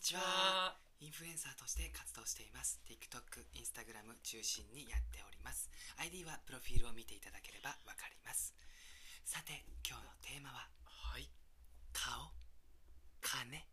ちは。インフルエンサーとして活動しています。TikTok、Instagram 中心にやっております。ID はプロフィールを見ていただければわかります。さて、今日のテーマは、はい顔、金、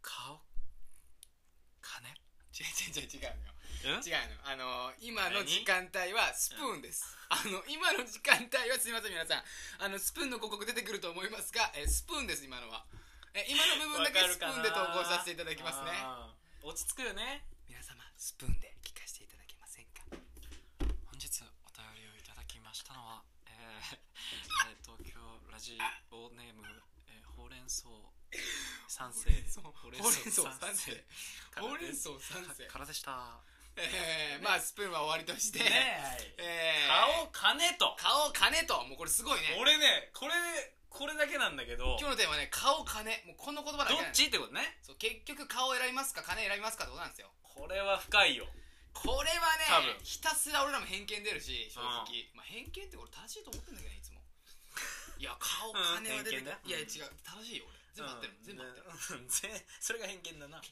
顔金違う違う違う違うのよ。うん違うの。あのー今の時間帯はスプーンです。あの、今の時間帯はすいません皆さん。あの、スプーンの広告出てくると思いますが、えースプーンです、今のは。えー今の部分だけスプーンで投稿させていただきますね。あー落ち着くよね皆様、スプーンで聞かせていただけませんか本日お便りをいただきましたのは、えー えー東京ラジオネーム、えーほうれん草三世そうほうれん草三世ほうれん草三世からでしたえー、まあスプーンは終わりとして、ねええー顔金と顔金ともうこれすごいね俺ねこれこれだけなんだけどど今日のテーマはね顔金もうこの言葉だけなのっちってことねそう結局顔を選びますか金選びますかってことなんですよこれは深いよこれ多はね分ひたすら俺らも偏見出るし正直、まあ、偏見って俺正しいと思ってんだけどね いつもいや顔金は出てうん偏見くだるいや違う正しいよ俺全部合ってる、全部合ってるってるそれが偏見だな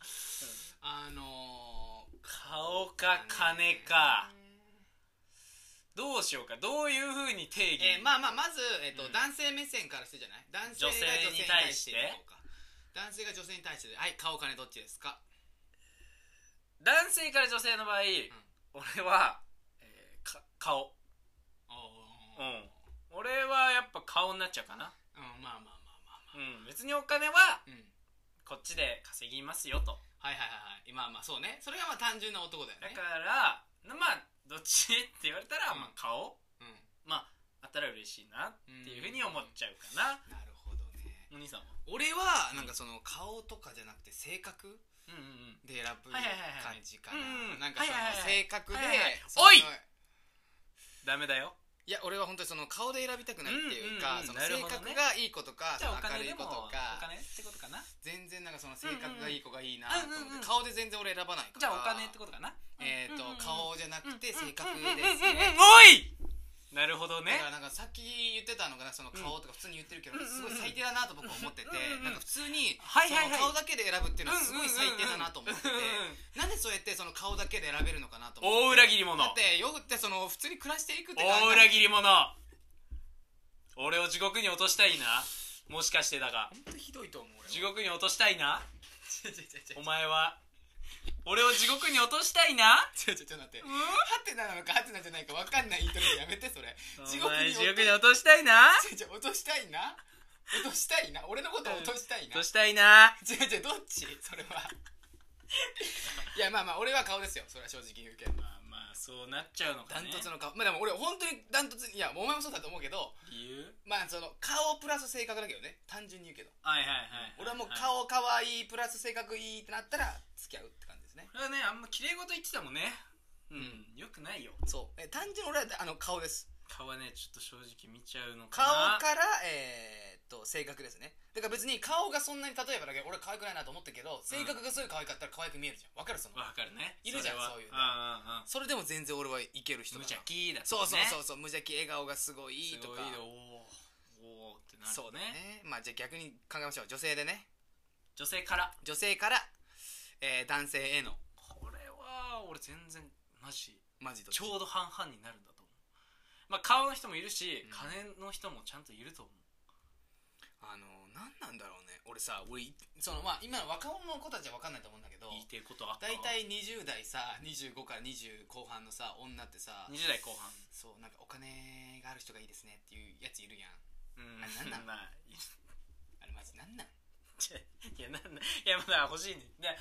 あのー、顔か金かどうしようかどういうふうに定義、えーまあまあまず、えっとうん男性目線からしてじゃない男性が女性に対してどうか男性が女性に対してはい顔金どっちですか男性から女性の場合、俺は、えーか顔うおーん俺はやっぱ顔になっちゃうかなうんまあまあまあまあまあうん別にお金はうんこっちで稼ぎますよとはいはいはいはいまあまあそうねそれがまあ単純な男だよだねからまあどっちって言われたら、うんまあ顔うんまああったら嬉しいなっていうふうに思っちゃうかな、なるほどねお兄さんは俺はなんかその顔とかじゃなくて性格うんうんうんで選ぶはいはい感はいはいじかうんうんななんかそはいはいのはい性格ではいはいはいそのおいダメだよいや俺は本当にその顔で選びたくないっていうか、うんそのうんうんな性るほど格ねがいい子とか、じゃあおその明金るいで子ともかお金ってことかな全然なんかその性格がいい子がいいなと思って、顔でうんうんうん全然俺選ばないからじゃあお金ってことかなえっ、と、を顔じゃなくて性格うんうんうんうんですうんうんねおいなるほどだねからなんかさっき言ってたのがなその顔とか普通に言ってるけど、うんすごい最低だなと僕は思ってて、うんなんうんか普通にはいそはいのはい顔だけで選ぶっていうのはすごい最低だなと思ってて、うんうんうんうんなんでそうやってその顔だけで選べるのかなと思って大裏切り者だってよくってその普通に暮らしていくって大裏本切り者俺を地獄に落としたいなもしかしてだが当ひどいと思う俺は地獄に落としたいなちょちょちょちょお前は俺を地獄に落としたいなちょちょちょ待って、ハテナなのかハテナじゃないか分かんない言いとやめてそれ地 お獄前に地獄に落としたいな違う違う落としたいな落としたいな俺のこと落としたい落な違としたいなう違うどっちそれは いやまあまあ俺は顔ですよそれは正直言うけどまあまあそうなっちゃうのダかンねトツの顔まあでも俺本当にダントツいやお前もそうだと思うけど理由まあその顔プラス性格だけどね単純に言うけどはいはいはい俺はもう顔可愛いプラス性格いいってなったら付き合うって感じですねこれはねあんま綺麗事言ってたもんねうんよくないよそうえ単純に俺はあの顔です顔はねちょっと正直見ちゃうのか顔なから、えーっと性格ですねだから別に顔がそんなに例えばだけど俺可愛くないなと思ったけど性格がすごい可愛かったら可愛く見えるじゃんわかるそのわかるねいるじゃんれはそういうのんうんうんそれでも全然俺はいける人無だな邪気だそうそうそううそう無邪気笑顔がすごいいいとかいいよおーおーってなるねそうだねまあじゃあ逆に考えましょう女性でね女性から女性から、えー男性へのこれは俺全然マジマジどっちちょうど半々になるんだと思うまあ顔の人もいるし、うん金の人もちゃんといると思うあの何なんだろうね俺さ俺いそのまあ今の若者の子たちは分かんないと思うんだけど言いてることあった大体20代さ25から20後半のさ女ってさ20代後半そうなんかお金がある人がいいですねっていうやついるやんうんあなんなん まあいあれマジなんなんやいやなんなんいやまだ欲しいねで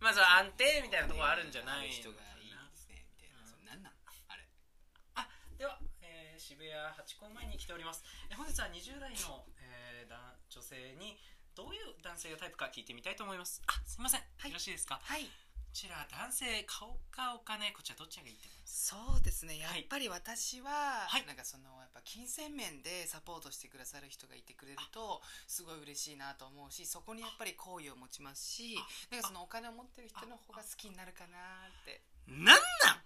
まずは安定みたいなところあるんじゃなおい金がある人のかがいいなですねみたいな、うんそうなんなんあれでは、えー渋谷ハチ公前に来ております、えー本日は20代の、えーだ女性にどういう男性がタイプか聞いてみたいと思いますあすいません、いよろしいですかこはいちら男性顔かお金こちらどっちらがいいと思いますそうですねやはいっぱり私は、はいなんかそのやっぱ金銭面でサポートしてくださる人がいてくれるとすごい嬉しいなと思うしそこにやっぱり好意を持ちますしなんかそのお金を持ってる人の方が好きになるかなってなんなん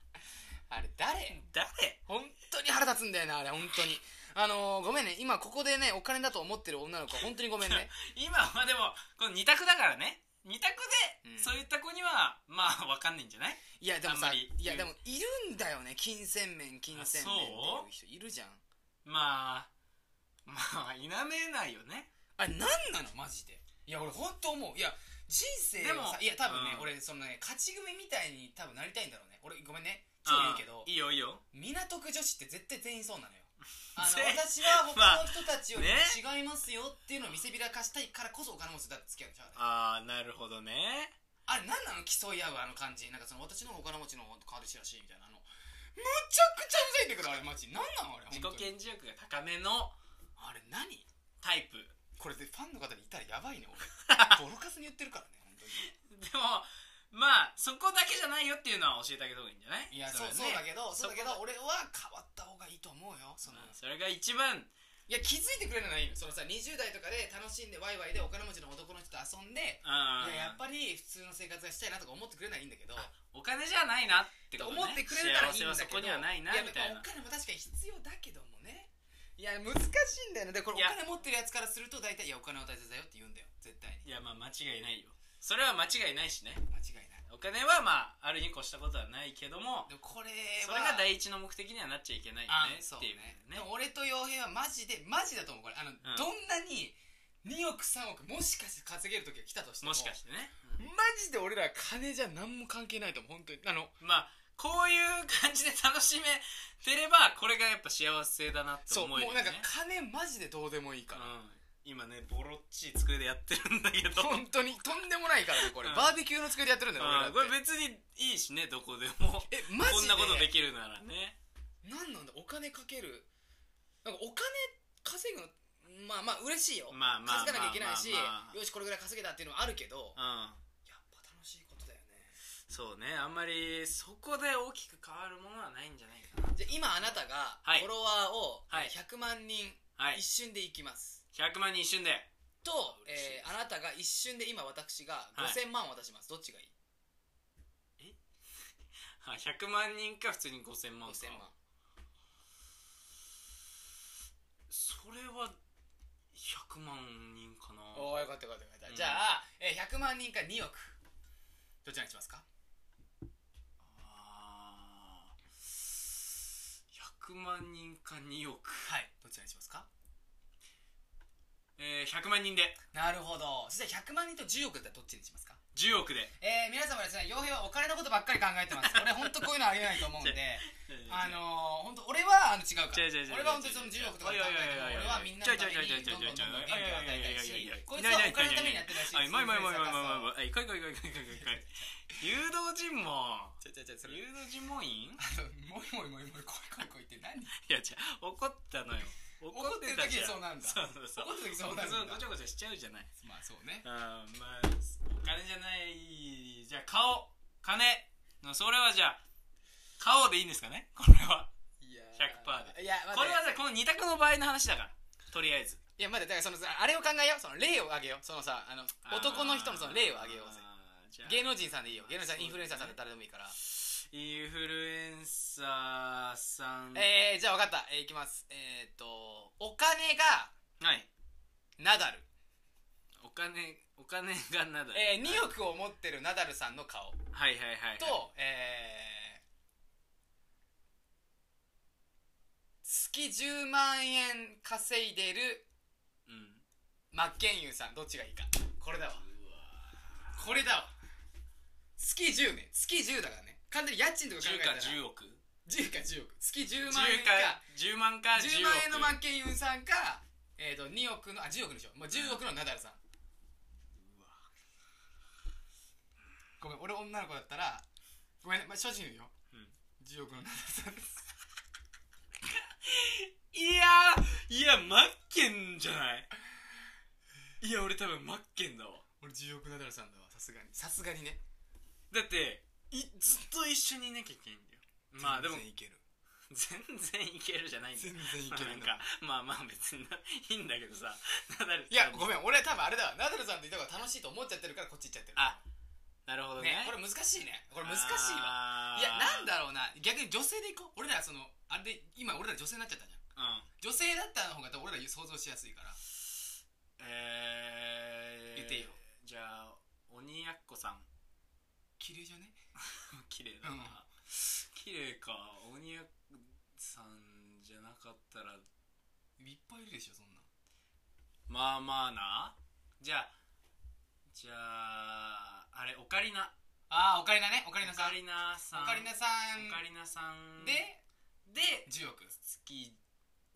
あれ誰誰 本当に腹立つんだよなあれ本当にあのーごめんね今ここでねお金だと思ってる女の子は本当にごめんね今はでもこの二択だからね二択で、うん そういった子にはまあわかんないんじゃないいやでもあんさまりいやでもいるんだよね金銭面金銭面っていう人いるじゃんまあまあ否めないよねあれ何なのマジでいや俺本当思ういや人生ででももさいや多分ね、うん俺そのね勝ち組みたいに多分なりたいんだろうね俺ごめんね超ああ言うけどいいよいいよ港区女子って絶対全員そうなのよ あのぜ私は他の人たちよりもま違いますよっていうのを見せびらかしたいからこそお金持ちだって付き合うんでしょあれああなるほどねあれ何なの競い合うあの感じなんかその私の方がお金持ちの方が彼氏らしいみたいなあのむちゃくちゃうざいんだけどあれマジ何なのあれ自本己当に顕示欲が高めのあれ何タイプこれでファンの方にいたらやばいね 俺ボロカスに言ってるからね本当にでもまあそこだけじゃないよっていうのは教えてあげた方がいいんじゃないいやそうれそうだけどそそうこだけど俺は変わった方がいいと思うよそのうんそれが一番いや気づいてくれるのはいいのそのさ20代とかで楽しんでワイワイでお金持ちの男の人と遊んであいあややっぱり普通の生活がしたいなとか思ってくれならいいんだけどあお金じゃないなってこと、ね、思ってくれるならいいんだけど幸せはそこにはないなやみたいなお金も確かに必要だけどもねいや難しいんだよねでこれいおや金持ってるやつからすると大体いやお金は大切だよって言うんだよ絶対にいやまあ間違いないよそれは間違いないしね間違いないお金はまああるに越したことはないけどもでもこれそれはが第一の目的にはなっちゃいけないよあねそうっていうねねでも俺と洋平はマジでマジだと思うこれあの、んどんなに2億3億もしかして稼げる時が来たとしてももしかしてね、マジで俺ら金じゃ何も関係ないと思う本当にあのまあこういう感じで楽しめてればこれがやっぱ幸せだなってそう思もえるうよなんねか金マジでどうでもいいから、うん今ねボロっちい机でやってるんだけど本当にとんでもないからねこれ、うんバーベキューの机でやってるんだよ、俺らうんってこれ別にいいしねどこでもえマこジんでなことできるならね何なんだお金かけるなんかお金稼ぐのまあまあ嬉しいよ、まあまあまあ稼がなきゃいけないし、まあまあよしこれぐらい稼げたっていうのはあるけどやっうんぱ楽しいことだよねそうねあんまりそこで大きく変わるものはないんじゃないかなじゃあ今あなたがはいフォロワーをはい100万人はい一瞬でいきます、 100万人一瞬でと、嬉しいえーあなたが一瞬で今私がはい5000万を渡します、どっちがいいあ100万人か普通に5000万か5000万それは100万人かなおおよかったよかったよかった、うんじゃあ、えー100万人か2億どちらにしますかあー100万人か2億はいどちらにしますかえー、100万人でなるほどそしたら100万人と10億だったらどっちにしますか10億でえー、皆様ですね洋平はお金のことばっかり考えてます俺本当こういうのあげないと思うん であのー、本当俺はあの違うから違う違う違う俺は本当にその10億とかで考えても俺はみんなのためにどんどんどんどん元気を与えたいしこいつはお金のためにやってるらしいあいまいまいまいまいまいいまいこいこいこいこいこいこい誘導尋問ちょちょちょそれ誘導尋問員あの もいもいもいもいこいこいこいって何いや違う怒ったのよ怒ってたじゃん怒ってる時そうなんだそうそうそう怒ってる時そうなるんだごちゃごちゃしちゃうじゃないまあそうねあーまあお金じゃないじゃあ顔金のそれはじゃあ顔でいいんですかねこれはいや100%でいやこれはじゃあこの二択の場合の話だからとりあえずいやまだだからそのさあれを考えようその例をあげようそのさあの男の人のその例をあげようぜあーじゃあ芸能人さんでいいよ芸能人さそんうインフルエンサーさんで誰でもいいから、インフルエンサーさんえー、じゃあ分かった、えー、いきますえっ、ー、とお金がはいナダル、お金お金がなんだえー、2億を持ってるナダルさんの顔はいはいはいはいと、えー、月10万円稼いでるうん真剣佑さんどっちがいいかこれだわうわこれだわ月10ね月10だからね完全に家賃とか考10えたから10億10か10億月10 10万円かか10万か10 10万億円のマッケンユンさんか、えー、と2億のあ10億でしょ、まあ、10億のナダルさんごめん俺女の子だったらごめんね、まあ、正直に言うよ、うん10億のナダルさんですいやーいやマッケンじゃないいや俺多分マッケンだわ俺10億ナダルさんだわさすがにさすがにねだっていずっと一緒にいなきゃいけないんだよまあでも全然いける全然いけるじゃないんだよ全然いまあけるんだなんかまあまあ別にないいんだけどさナダルいやさんごめん俺多分あれだわナダルさんといた方が楽しいと思っちゃってるからこっち行っちゃってるあなるほどねねこれ難しいねこれ難しいわわいやなんだだろうな逆に女性でいこう俺らそのあれで今俺ら女性になっちゃったじゃんうん女性だったの方が多分俺ら想像しやすいからえー、言っていいよじゃあ鬼やっこさん 綺麗じゃね綺麗だな綺麗か鬼やっこさんじゃなかったらいっぱいいるでしょそんなまあまあなじゃあじゃああれオカリナああオカリナねオオカリナさんオカリナさオんカリナさオカんリナさんでで10億月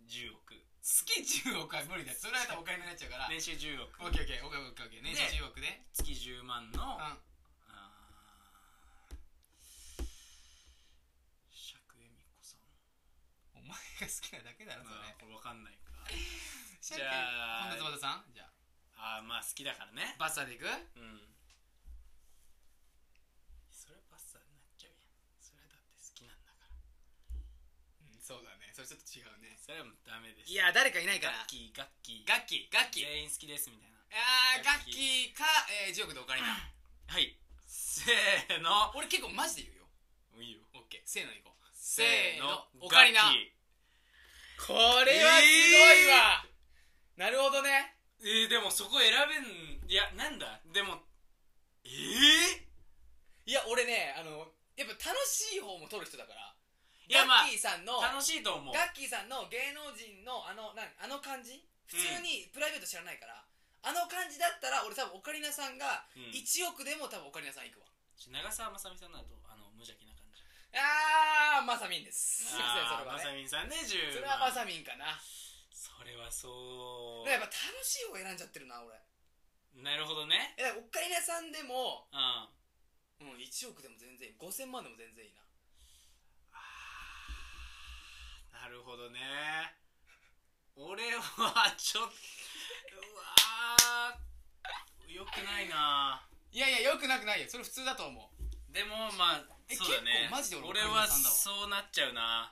10億月10億は無理だよそれは多分オカリナになっちゃうから年収10億オッケーオッケーオッケーオッケーオッケー年収10億で月10万のうんあー釈恵美子さんお前が好きなだけだろそまあれこれわかんないかじじゃあ本田翼さんじゃあああまあ好きだからねバッサーでいくうんそれパスタになっちゃうやんそれだって好きなんだからそうだねそれちょっと違うねそれはもうダメですいや誰かいないからガッキーガッキーガッキーガッキー全員好きですみたいなあーガガッッキーキか、えー、10億でオカリナはいせーの俺結構マジで言うよいいよオッケーせーのでいこうせーせーののオカリナガッキーこれはすごいわ、なるほどねえー、でもそこ選べんいやなんだでもええいや俺ねあのやっぱ楽しい方も撮る人だからいやまあガッキーさんの楽しいと思うガッキーさんの芸能人のあのなんあの感じ普通にプライベート知らないから、あの感じだったら俺多分オカリナさんがうん1億でも多分オカリナさんいくわ、長澤まさみさんだとあの無邪気な感じあーまさみんですすいませんあそれーはまさねみさんね10それはまさみんかなそれはそうやっぱ楽しい方選んじゃってるな俺なるほどねえだからオカリナさんでも、うんあうん、1億でも全然いい5000万でも全然いいなーなるほどね俺はちょっとうわーよくないないやいやよくなくないよそれ普通だと思うでもまあえそうだね結構マジで俺オ俺カリナはさんだわそうなっちゃうな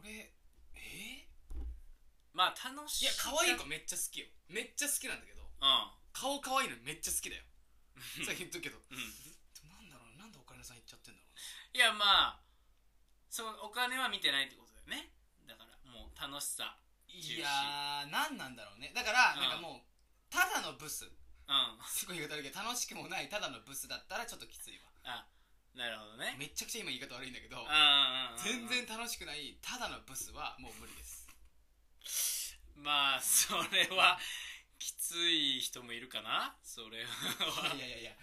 俺えまあ楽しいや可愛い子めっちゃ好きよめっちゃ好きなんだけど顔可愛いのめっちゃ好きだ よさっき言っとくけどうん、うんなんだろうななんでお金さん行っちゃってんだろういやまあそのお金は見てないってことだよねだからもう楽しさいやー何なんだろうねだから、うんなんかもうただのブスうんすごい言い方悪いけど楽しくもないただのブスだったらちょっときついわあなるほどねめっちゃくちゃ今言い方悪いんだけどうんうんうん全然楽しくないただのブスはもう無理 ですまあそれはきつい人もいるかなそれはいやいやいや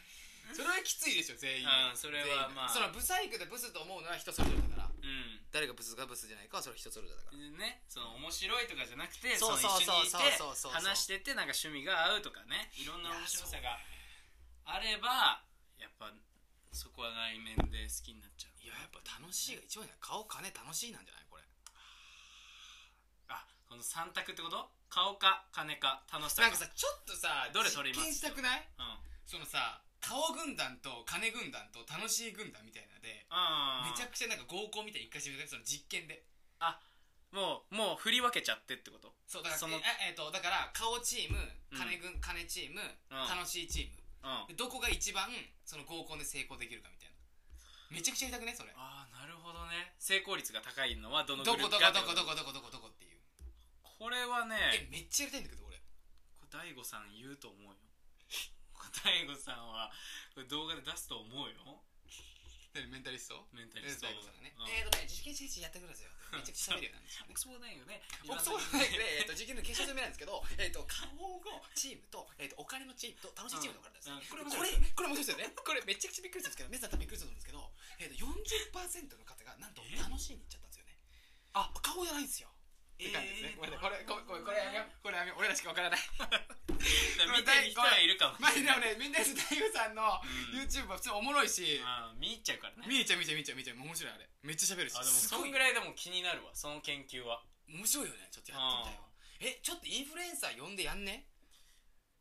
それはきついでしょ全員うんそれは全員まあそのブサイクでブスと思うのは人それぞれだからうん誰がブスかブスじゃないかはそれは人それぞれだからね、その面白いとかじゃなくてそうその一緒にいてそうそうそうそうそう話しててなんか趣味が合うとかねいろんな面白さいがあればやっぱそこは内面で好きになっちゃういややっぱ楽しいが一番いいな顔金楽しいなんじゃないこれあこの三択ってこと顔か金か楽しさなんかさちょっとさどれ取ります実験したくないうんそのさ顔軍団と金軍団と楽しい軍団みたいなのであめちゃちくちゃなんか合コンみたいに一回してみたいその実験でゃもうもう振り分けちゃってってことそうだからそのええっとだから顔チーム金軍、金チーム、うん楽しいチームうんあでどこが一番その合コンで成功できるかみたいなめちゃくちゃ痛くねそれあーなるほどね成功率が高いのはどのどグルこーどこプどこかってどこどことどこどこっていうこれはえめねっちゃやりたいんだけど俺これ大悟さん言うと思うよ これ大悟さんはこれ動画で出すと思うよメンタリストメンタ大リスト悟さんがね、うんえーとね受験シーズンやってくるんですよめちゃくちゃ喋るようになんですよね僕そうだよね僕そうなんで、えっと受験の決勝戦目なんですけ ど、えっと顔のチームと,、えっとお金のチームと楽しいチームのお金です、うんうんこれここれれこれ面白いですよねこれめちゃくちゃびっくりしたんですけど皆さん多分びっくりすると思うんですけど、えっと40%の方がなんとえ楽しいに行っちゃったんですよねあ顔じゃないんですよっえーて感じですね、これこれこれこれこれやめようこれやめよう俺らしかわ からない見てる人はいるかもまあしでれないもねみんな大悟さんのうん YouTube は普通におもろいし、あー見入っちゃうからねみーちゃんみーちゃんみーちゃんみーちゃん面白いあれめっちゃ喋るしあでもすそごいんぐらいでも気になるわその研究は面白いよねちょっとやってみたいわえちょっとインフルエンサー呼んでやんね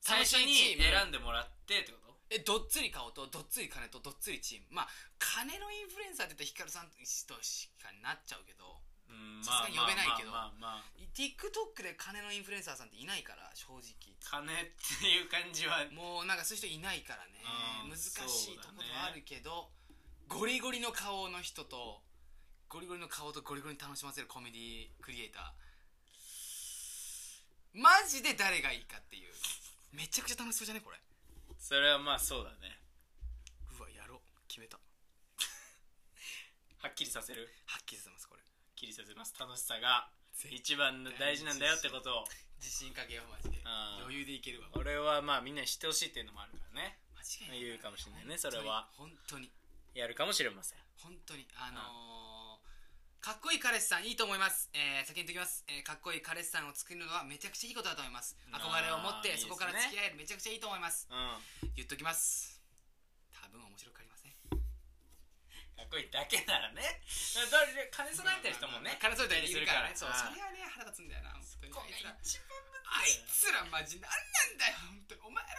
最初に選んでもらってってことえどっつり顔とどっつり金とどっつりチームまあ金のインフルエンサーって言ったらヒカルさんとしかになっちゃうけどうんさすがに呼べないけどまあまあまあまあ TikTok で金のインフルエンサーさんっていないから正直金っていう感じはもうなんかそういう人いないからねうん難しいとこそうろだねはあるけど、ゴリゴリの顔の人とゴリゴリの顔とゴリゴリに楽しませるコメディクリエイターマジで誰がいいかっていうめちゃくちゃ楽しそうじゃねこれそれはまあそうだねうわやろう決めたははっきりさせるっきりさせますこれ切りさせます楽しさが一番の大事なんだよってことを自信かけようマジであー余裕でいけるわ俺はまあみんなに知ってほしいっていうのもあるからね間違いない言うかもしれないねそれは本当にやるかもしれません本当にあのーかっこいい彼氏さんいいと思います、えー先に言っときます、えーかっこいい彼氏さんを作るのはめちゃくちゃいいことだと思いますあー憧れを持っていいでそすこねから付き合えるめちゃくちゃいいと思いますうんか言っときます多分面白くありませんっこいいだけならねだって金備えてる人もね金添えたりするからねそそううそそれれはね腹立つんだよな本当にこあいつらがあい一つらマジ何なんだよ本当にお前ら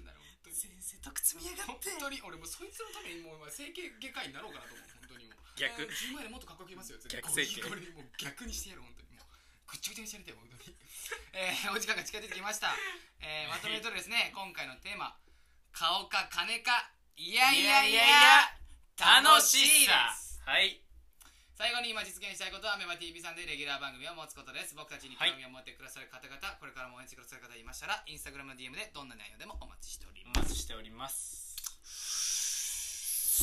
ってなる本当に先生とくつみやが本って当に俺もうそいつのためにもう今整形外科医になろうかなと思う本当にもう逆えー10万円でもっとかっこよく言いますよ絶対逆整形ゴリゴリもう逆にしてやる本当にもうぐっちゃぐちゃにしてやりたい本当にえーお時間が近づいてきました、えーまとめるとです ね今回のテーマ顔か金かいやいやいやいや楽しい楽さしいですはい最後に今実現したいことはメマ TV さんでレギュラー番組を持つことです僕たちに興味を持ってくださる方々、これからも応援してくださる方いましたらインスタグラムの DM でどんな内容でもお待ちしておりおます待ちしております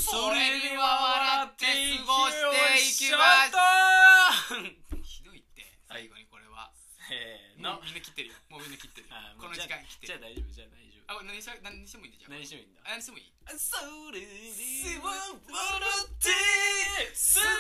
それでは笑って過ごしていきましょうひどいって最後にこれは、せーものうみんな切ってるよもうみんな切ってるよあーこものうじ時ゃあ間切ってじゃある大丈夫じゃあ大丈あこれ何にし何にしてもいいんだじゃ夫ん何してもいいんだあ何してもいいそれでは笑って過